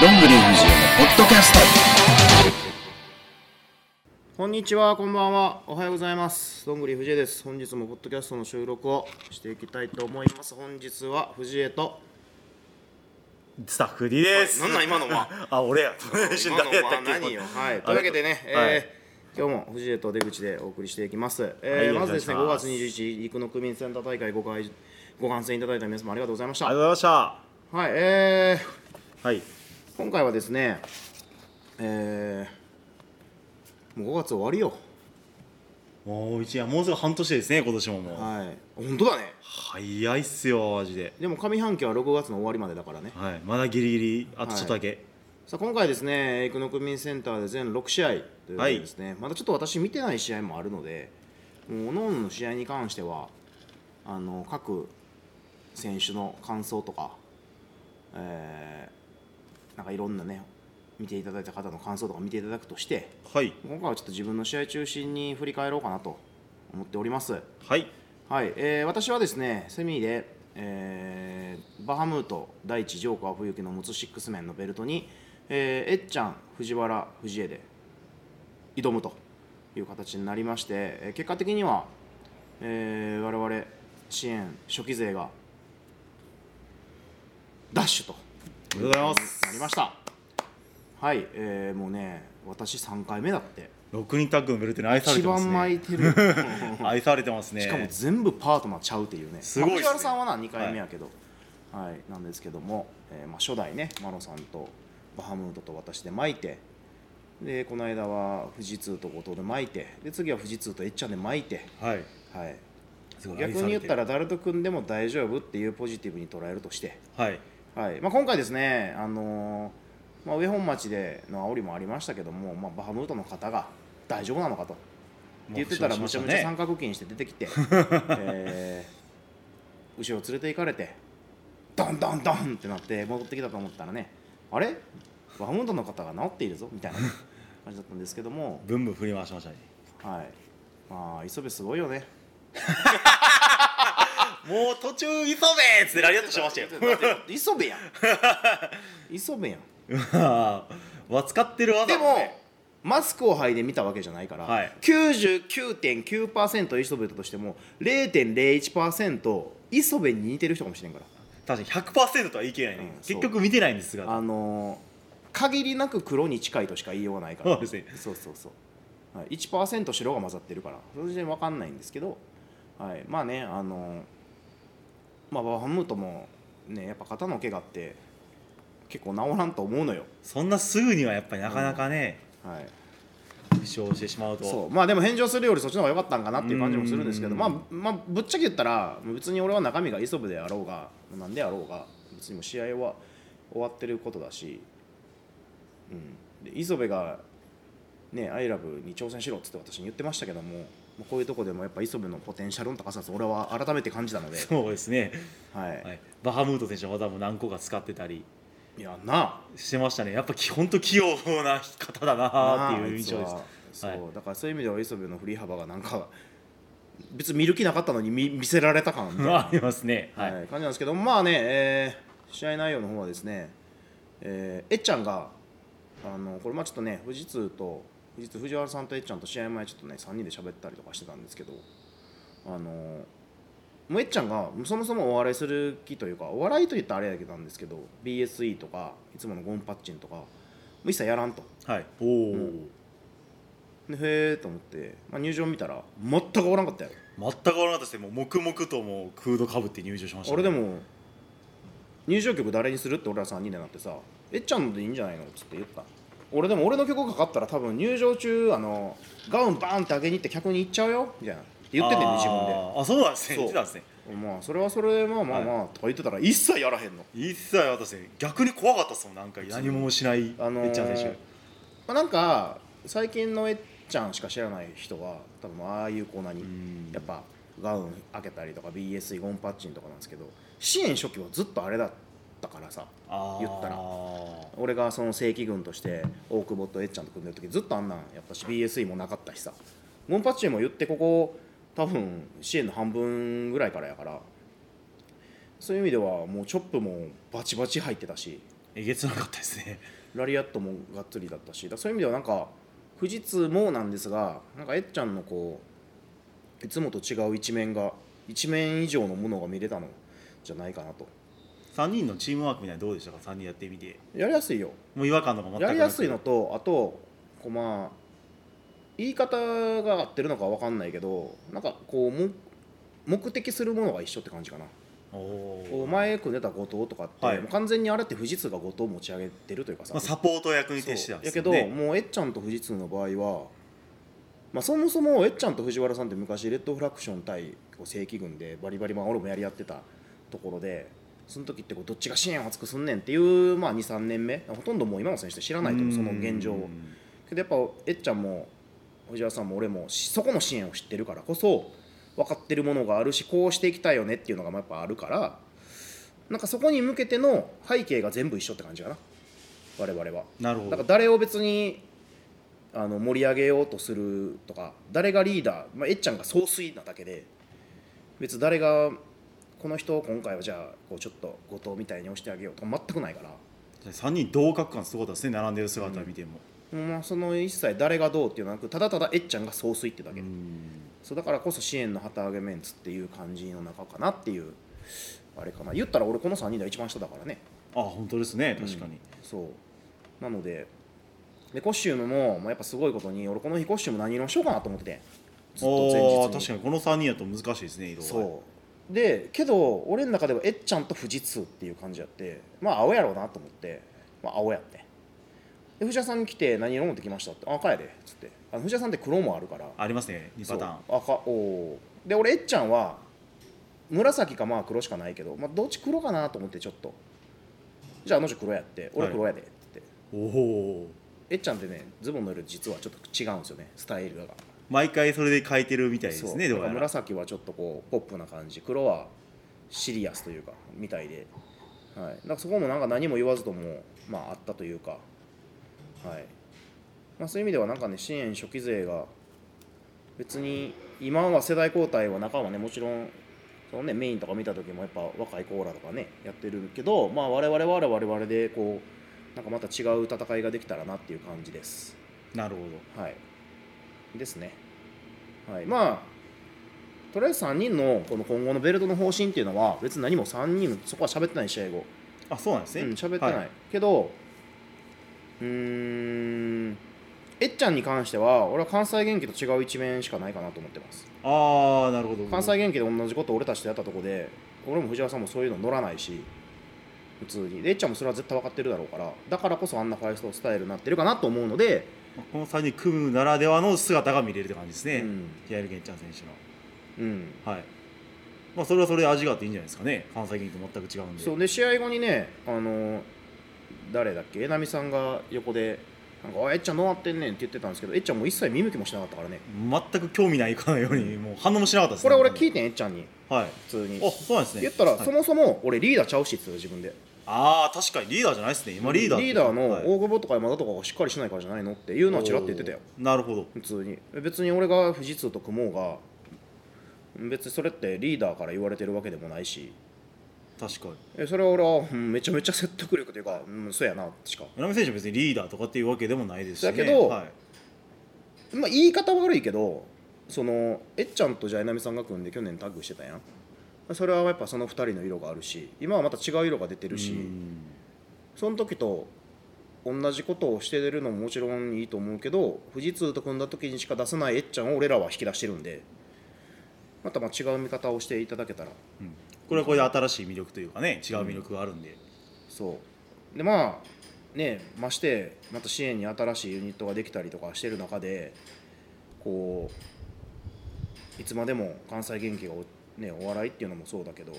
どんぐり藤枝のポッドキャストこんにちは、こんばんは、おはようございます。どんぐり藤江です。本日もポッドキャストの収録をしていきたいと思います。本日は藤江と。スタッフ D です。なんなん今のは。 あ、俺や。今のは何 よ。はい。というわけでね、えはいー今日も藤江と出口でお送りしていきます。えーはいまずですね、お5願い月します21日、陸の区民センター大会5回、ご観戦いただいた皆様ありがとうございました。ありがとうはい、ございました。えー、はい。今回はですね、えー、もう5月終わりよ。もう一年、もうすぐ半年ですね、今年ももう。はい。本当だね。早いっすよ、マジで。でも上半期は6月の終わりまでだからね。はい、まだギリギリ、あとちょっとだけ。さあ今回ですね、生野区民センターで全6試合ということでですね、まだちょっと私見てない試合もあるので、もう各々の試合に関しては、あの各選手の感想とか、えーなんかいろんなね、見ていただいた方の感想とか見ていただくとして、はい。今回はちょっと自分の試合中心に振り返ろうかなと思っております。はい。はい、えー私はですねセミで、えーバハムート第一ジョーカー冬木の持つシックスメンのベルトに、えーえっちゃん藤原藤江で挑むという形になりまして、えー結果的には、えー我々支援初期勢がダッシュとおめでとうございます。なりましたはい、えーもうね私3回目だって六人タッグのベルトに愛され一てます番巻ね。いてる愛されてますね。しかも全部パートナーちゃうっていうね、すごいっすねまあ藤原さんはな2回目やけど、はいなんですけども、えーまあ、初代ね、マロさんとバハムートと私で巻いて、でこの間は富士通と後藤で巻いて、で次は富士通とエッチャンで巻いて、はい。はい、すごい逆愛されてるに言ったら、誰と組んでも大丈夫っていうポジティブに捉えるとして、はい。はいまあ、今回ですね、あのーまあ、上本町での煽りもありましたけども、まあ、バハムートの方が大丈夫なのかと。って言ってたらむちゃむちゃ三ね。角筋して出てき て、えー後ろ連れて行かれてドンドンドンってなって戻ってきたと思ったらねあれバフムートの方が治っているぞみたい な感じだったんですけどもブンブン振り回しましたね。はいまあ磯部すごいよねもう途中急べーっつってラリアットしてましたよ。 磯部やん磯部やんまあ、 わ使ってる技でねも、マスクを剥いで見たわけじゃないから、はい99.9%磯部だとしても0.01%磯部に似てる人かもしれんから確かに100%とは言い切れないね、うんそう結局見てないんですがあのー限りなく黒に近いとしか言いようがないから そうですねそうそうそう、はい、1%白が混ざってるからそれで分かんないんですけど、はい、まあねあのーまあバハムートもねやっぱ肩の怪我って結構治らんと思うのよそんなすぐにはやっぱりなかなかね、はい負傷してしまうとそうまあでも返上するよりそっちの方が良かったんかなっていう感じもするんですけどうんまあ、まあ、ぶっちゃけ言ったら別に俺は中身が磯部であろうがなんであろうが別にもう試合は終わってることだし、うん、で磯部がね「アイラブに挑戦しろっつって私に言ってましたけどもまあこういうとこでもやっぱ磯部のポテンシャルの高さと俺は改めて感じたので、そうですね、は、はいい、バハムート選手の技も何個か使ってたりいやなあしてましたねやっぱ基本と器用な方だななっていう印象であいつすははいそうだからそういう意味では磯部の振り幅がなんか別に見る気なかったのに見見せられた感みたいなありますねははいい、感じなんですけどまあね、えー試合内容の方はですね、えーえっちゃんがあのこれまあちょっとね富士通と富士通藤原さんとえっちゃんと試合前ちょっとね3人で喋ったりとかしてたんですけどあのもうえっちゃんがそもそもお笑いする気というかお笑いといったらあれやけどなんですけど BSE とかいつものゴンパッチンとかもう一切やらんと。はい、おお、でへえと思って、まあ、入場見たら全くおらんかったよ全く分からなかったですねもう黙々ともうクードかぶって入場しました、俺でも入場曲誰にするって俺ら3人でなってさ「えっちゃんのでいいんじゃないの?」っつって言った俺でも俺の曲かかったら多分入場中あのガウンバーンって上げに行って客に行っちゃうよみたいなって言っててねあー自分であそうなんですそねう言ってたんですねまあそれはそれまあまあまあ、とか言ってたら一切やらへんの、一切私逆に怖かったっすもんなんか何もしない、あのーエッチャン選手まあ、なんか最近のえっちゃんしか知らない人は多分ああいうコーナーにんやっぱガウン開けたりとか BSE ゴンパッチンとかなんですけど支援初期はずっとあれだったからさあー言ったら俺がその正規軍として大久保とえっちゃんと組んでる時ずっとあんなんやったし BSE もなかったしさモンパッチンも言ってここ多分支援の半分ぐらいからやからそういう意味ではもうチョップもバチバチ入ってたしえげつなかったですねラリアットもがっつりだったしだからそういう意味ではなんか富士通もなんですがなんかえっちゃんのこういつもと違う一面が一面以上のものが見れたのじゃないかなと3人のチームワークみたいなのどうでしたか3人やってみてやりやすいよもう違和感とか全くなくやりやすいのとあとこうまあ言い方が合ってるのかわかんないけどなんかこうも目的するものが一緒って感じかなおこうお、ま前組んでた後藤とかって、はいもう完全にあれって富士通が後藤を持ち上げてるというかさ、あ、サポート役に徹してたそうんでやすけよどねもうえっちゃんと富士通の場合は、まあ、そもそもえっちゃんと藤原さんって昔レッドフラクション対こう正規軍でバリバリまあ俺もやり合ってたところでその時ってこうどっちが支援を厚くすんねんっていう、まあ、23年目ほとんどもう今の選手って知らないと思うその現状をうんけどやっぱえっちゃんも藤原さんも俺もしそこの支援を知ってるからこそ分かってるものがあるしこうしていきたいよねっていうのがまあやっぱあるからなんかそこに向けての背景が全部一緒って感じかな我々は。なるほなんかど誰を別にあの盛り上げようとするとか誰がリーダー、まあ、えっちゃんが総帥なだけで別に誰がこの人を今回はじゃあこうちょっと後藤みたいに押してあげようとか全くないから、 3人同格感すごかったですね並んでる姿見ても、まあ、その一切誰がどうっていうのはなくただただえっちゃんが総帥ってだけ、うんそうだからこそ支援の旗揚げメンツっていう感じの中かなっていうあれかな言ったら俺この3人では一番下だからねあ本当ですね確かに、そうなのででコスチュームも、まあ、やっぱすごいことに俺この日コスチューム何色にしようかなと思っててずっと前日おにお確かにこの3人やと難しいですね移動そうでけど俺の中ではえっちゃんと富士通っていう感じやってまあ青やろうなと思って、まあ、青やってで藤田さんに来て何色持ってきましたってあ赤やでっつってあの藤田さんって黒もあるからありますね2パターンそう赤おーで俺えっちゃんは紫かまあ黒しかないけど、まあ、どっち黒かなと思ってちょっとじゃああの人黒やって俺黒やでって言って、おおーえっちゃんってねズボンの色実はちょっと違うんですよねスタイルが毎回それで変えてるみたいですねそうどうやら紫はちょっとこうポップな感じ黒はシリアスというかみたいで、はい、だからそこもなんか何も言わずとも、まあ、あったというか、はいまあ、そういう意味ではなんかね支援初期勢が別に今は世代交代は中はねもちろんそのねメインとか見た時もやっぱ若いコーラとかねやってるけど、まあ、我々は我々でこうなんかまた違う戦いができたらなっていう感じです。なるほはい、ですね、はい、まあとりあえず3人のこの今後のベルトの方針っていうのは別に何も3人そこは喋ってない試合後どあそうなんですうねん喋ってない、はいけどうーんえっちゃんに関しては俺は関西元気と違う一面しかないかなと思ってますああなるほど関西元気で同じこと俺たちとやったとこで俺も藤原さんもそういうの乗らないし普通にでえっちゃんもそれは絶対分かってるだろうからだからこそあんなファイストスタイルになってるかなと思うので、この3人組むならではの姿が見れるって感じですね、うんジャイル・ゲンちゃん選手のうん、はいまあそれはそれで味があっていいんじゃないですかね関西元気と全く違うんでそうで試合後にねあの誰だっけえなみさんが横で「なんかあえっちゃんどうなってんねん」って言ってたんですけどえっちゃんもう一切見向きもしなかったからね全く興味ないかのようにもう反応もしなかったですこれ俺聞きいてんえっちゃんにはい普通にあそうなんですね言ったら、はいそもそも俺リーダーちゃうしって言ってた自分でああ確かにリーダーじゃないですね今リーダーってリーダーのはい大久保とか山田とかがしっかりしないからじゃないのっていうのはちらって言ってたよおーなるほど普通に別に俺が富士通と組もうが別にそれってリーダーから言われてるわけでもないし確かにえそれは俺はうんめちゃめちゃ説得力というか、うん、そうやなしか村上選手は別にリーダーとかっていうわけでもないですし、ね、だけどはい、まあ、言い方悪いけどそのえっちゃんとジャイナミさんが組んで去年タッグしてたやんそれはやっぱその2人の色があるし今はまた違う色が出てるしうんその時と同じことをしてるのももちろんいいと思うけど富士通と組んだ時にしか出せないえっちゃんを俺らは引き出してるんでまたまあ違う見方をしていただけたらうんこれはこれで新しい魅力というかね違う魅力があるんで、そうでまあねましてまた支援に新しいユニットができたりとかしてる中でこういつまでも関西元気がお,、ね、お笑いっていうのもそうだけど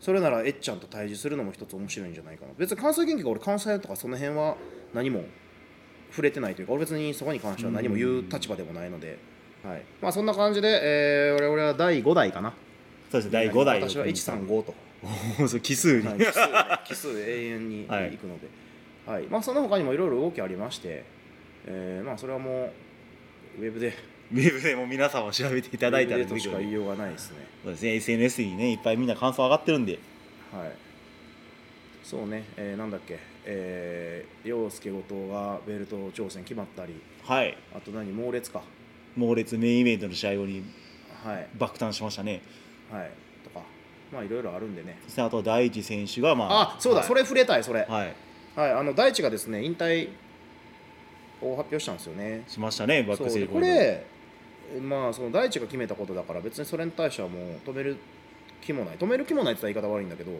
それならえっちゃんと対峙するのも一つ面白いんじゃないかな別に関西元気が俺関西とかその辺は何も触れてないというか俺別にそこに関しては何も言う立場でもないので、はいまあ、そんな感じで、えー、我々は第5代かなそうですね第5代私は135と。おーそう奇数に、 はい、奇数ね奇数永遠に行くはいので、はいまあ、その他にもいろいろ動きありまして、えーまあ、それはもうウェブでいウェブでも皆さんも調べていただいたらとしか言いそようがないですね、うですね SNS にねいっぱいみんな感想上がってるんではい、そうね、えーなんだっけ、えー、陽介後藤がベルト挑戦決まったり、はいあと何、猛烈か、猛烈メインイベントの試合後にはい、爆誕しましたねはい、とか、まあいろいろあるんでね。そしてあと第一選手がまああ、そうだ、はいそれ触れたい、それ。はいはい、あの大地がですね、引退を発表したんですよね。しましたねバックスそうテでージこれ、まあ、その大地が決めたことだから、別にそれに対してはもう止める気もない、止める気もないって言ったら言い方悪いんだけど、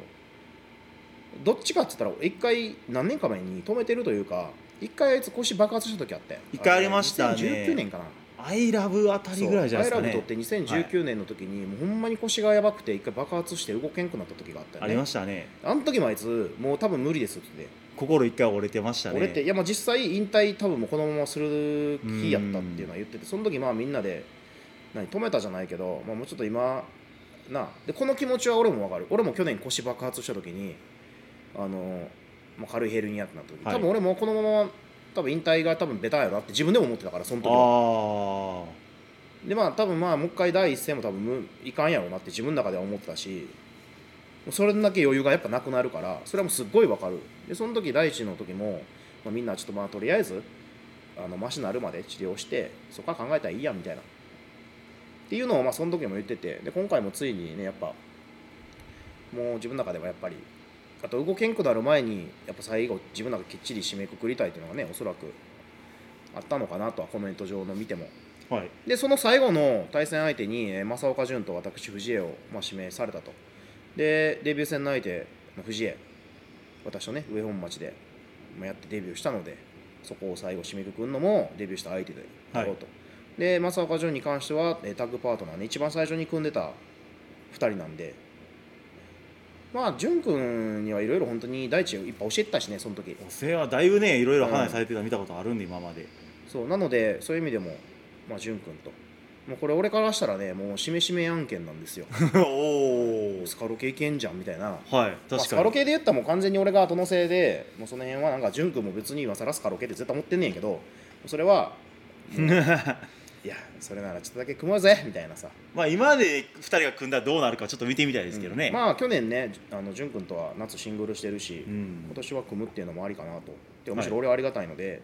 どっちかって言ったら、一回、何年か前に止めてるというか、一回あいつ腰爆発した時あって、一回ありましたね2019年かな。アイラブあたりぐらいじゃないですかアイラねブとって2019年の時に、もうほんまに腰がやばくて、一回爆発して動けんくなった時があったよね。ありましたねあの時もあいつ、もう多分無理ですって言って。心一回折れてましたね俺っていやまあ実際引退多分もうこのままする気やったっていうのは言っててその時まあみんなで何止めたじゃないけど、まあ、もうちょっと今なあでこの気持ちは俺も分かる俺も去年腰爆発した時にあの、まあ、軽いヘルニアってなった時、はい多分俺もこのまま多分引退が多分ベタやなって自分でも思ってたからその時はあでまあ多分まあもう一回第一戦も多分無いかんやろうなって自分の中では思ってたしそれだけ余裕がやっぱなくなるからそれはもうすっごいわかるでその時第一の時も、まあ、みんなちょっとまあとりあえずあのマシになるまで治療してそこから考えたらいいやみたいなっていうのをまあその時も言っててで今回もついにねやっぱもう自分の中ではやっぱりあと動けんくなる前にやっぱ最後自分の中できっちり締めくくりたいっていうのがねおそらくあったのかなとはコメント上の見てもあはいでその最後の対戦相手にえー正岡潤と私藤江を、まあ、指名されたとでデビュー戦の相手の藤江私とね上本町でまあやってデビューしたのでそこを最後締めくくるのもデビューした相手であろうと、で正岡潤に関してはえータッグパートナーね一番最初に組んでた2人なんでまあ潤君にはいろいろ本当に大地をいっぱい教えてたしねその時お世話だいぶねいろいろ話されてたの見たことあるんで今 までそうなのでそういう意味でも、まあ、潤君ともうこれ俺からしたらねもうしめしめ案件なん ですよおおスカロケいけんじゃんみたいなはいまあ確スカかロにケで言ったらもう完全に俺が後のせいでもうその辺はなんか潤君も別に今更スカロケって絶対思ってんねんけどそれは いやそれならちょっとだけ組もうぜみたいなさ、まあ今まで2人が組んだらどうなるかちょっと見てみたいですけどね、まあ去年ねあの潤君とは夏シングルしてるし、うん今年は組むっていうのもありかなとではいむしろ俺はありがたいので、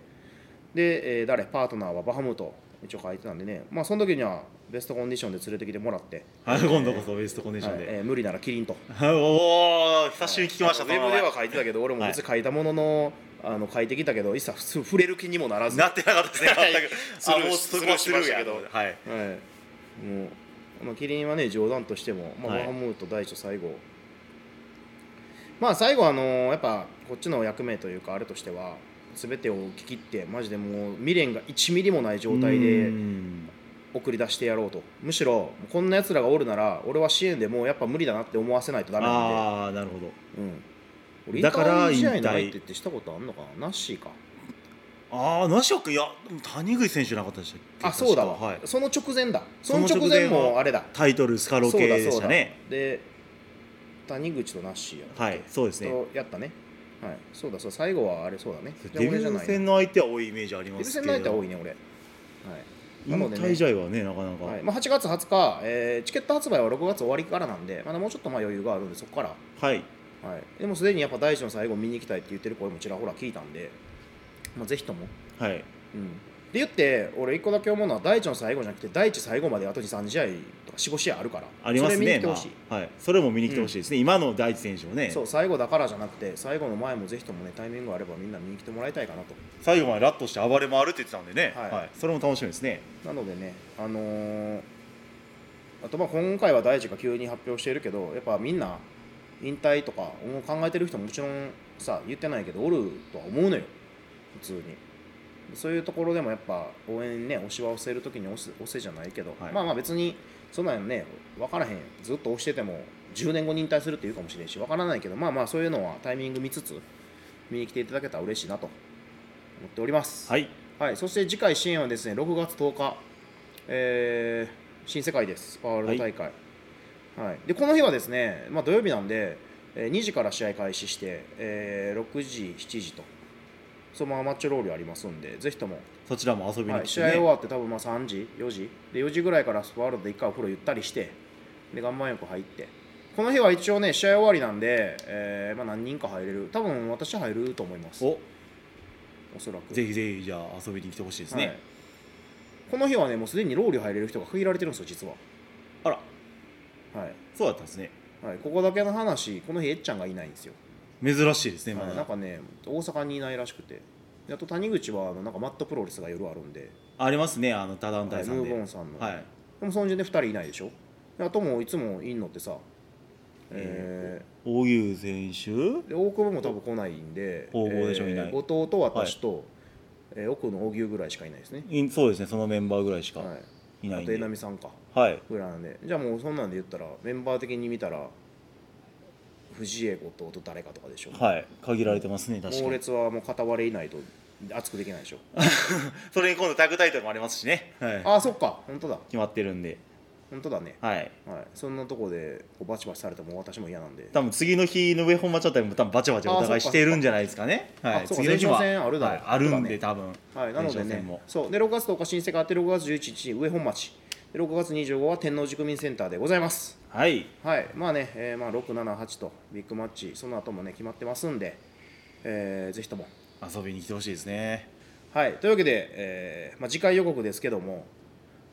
で、えー誰パートナーはバハムト一応書いてたんでねまあその時にはベストコンディションで連れてきてもらって、あの 今度こそベストコンディションはいで、えー無理ならキリンとおお久しぶりに聞きました、ウそのェ名ブ前では書いてたけど俺も別に書いたものの,、あの書いてきたけど一切普通触れる気にもならずなってなかったです ねはい全くスルーあもうスルーしましたけどはいはい、もう、まあ、キリンはね冗談としても、まあ、はワいハムート大地と最後、まあ最後あのーやっぱこっちの役目というかあれとしては全てを聞き切ってマジでもう未練が1ミリもない状態うでん送り出してやろうとむしろこんな奴らがおるなら俺は支援でもうやっぱ無理だなって思わせないとダメなんで、ああなるほどうん、俺だから引引退退試合ないってってしたことあんのかなナッシーかああなしおくんいや谷口選手なかったでしたっけあそうだわ、確かはいその直前だそそのの直直前前もあれだタイトルスカロそうケだでそうしだたねで谷口とナッシーやなはいそうですねとやったねはいそうだそうだ最後はあれそうだねデビュー戦の相手は多いイメージありデまビューすけ戦のど相手は多いね俺はい引なのでね退試合はねなかなかはいまあ、8月20日、えーチケット発売は6月終わりからなんでまだもうちょっとまあ余裕があるんでそこからはいはい、でもすでにやっぱ大地の最後見に行きたいって言ってる声もちらほら聞いたんで、まあ、ぜひとも、はいうん、で言って俺一個だけ思うのは大地の最後じゃなくて大地最後まであと23試合とか45試合あるからありますそれ見に来ねてほしい、まあはいそれも見に来てほしいですね今の第一選手をねそう最後だからじゃなくて最後の前もぜひともねタイミングがあればみんな見に来てもらいたいかなと最後までラッとして暴れ回るって言ってたんでねはいはいそれも楽しみですねなのでねあのーあとまあ今回は大地が急に発表しているけどやっぱみんな引退とかもう考えてる人ももちろんさ言ってないけどおるとは思うのよ普通にそういうところでもやっぱ応援ね押しは押せる時に押せ押せじゃないけど、はいまあまあ別にそんなんね分からへんずっと押してても10年後に引退するっていうかもしれんし分からないけどまあまあそういうのはタイミング見つつ見に来ていただけたら嬉しいなと思っておりますはいはい、そして次回支援はですね6月10日、えー新世界です、パワールド大会。はいでこの日はですね、まあ、土曜日なんで、えー2時から試合開始して、えー6時、7時と、そのままマッチロールありますんで、ぜひとも、そちらも遊びにはい、来て試合ね終わって、多分まあ3時、4時で、4時ぐらいからスパワールドで1回お風呂ゆったりして、で岩盤浴入って、この日は一応ね試合終わりなんで、えーまあ、何人か入れる多分私入ると思いますおおそらくぜひぜひじゃあ遊びに来てほしいですね、はいこの日はねもうすでにロウリュ入れる人が限られてるんですよ実はあらはい、そうだったんですねはい、ここだけの話この日えっちゃんがいないんですよ、珍しいですねまはだ、い、なんかね大阪にいないらしくてであと谷口はあのなんかマットプロレスが夜あるんで、ありますねあの多は団体い、さムんーでボンさんの、はいでもその時点で2人いないでしょであともういつもいんのってさえー大湯選手で大久保も多分来ないんで大久保でしょいない弟と私と、えー奥の荻生ぐらいしかいないですね、いそうですねそのメンバーぐらいしかはい、いなあいんとで、江波さんかはいぐらいなんでじゃあもうそんなんで言ったらメンバー的に見たら藤江弟と誰かとかでしょはい限られてますね確か猛に烈はもう片割れいないと熱くできないでしょそれに今度タッグタイトルもありますしね、はい、ああそっか本当だ決まってるんで本当だねはいはいそんなとこでこうバチバチされても私も嫌なんで多分次の日の上本町あたりも多分バチャバチャお互いしてるんじゃないですかねかはいあそうか次の日は前哨戦あるだろうはいあるんそうだねで多分はい、なので前哨ね戦も、そうで6月10日、新世界あって6月11日、上本町、で6月25日は天王寺区民センターでございます。はいはい、まあね、えーまあ、6、7、8とビッグマッチ、その後もね、決まってますんで、えーぜひとも。遊びに来てほしいですねはい、というわけで、えーまあ、次回予告ですけども、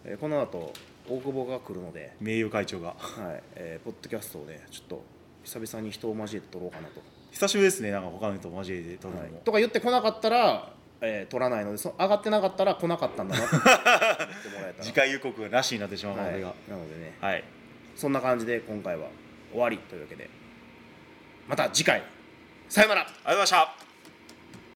えーこの後大久保が来るので、名誉会長が はいえーポッドキャストをね、ちょっと久々に人を交えて撮ろうかなと。久しぶりですねなんか他の人と交えて撮るのはも、い、とか言ってこなかったら、えー撮らないので、そ上がってなかったら来なかったんだなって言ってもら えたら。次回予告がなしになってしまうはのい、でながのでね、はいそんな感じで今回は終わりというわけでまた次回さよならありがとうございました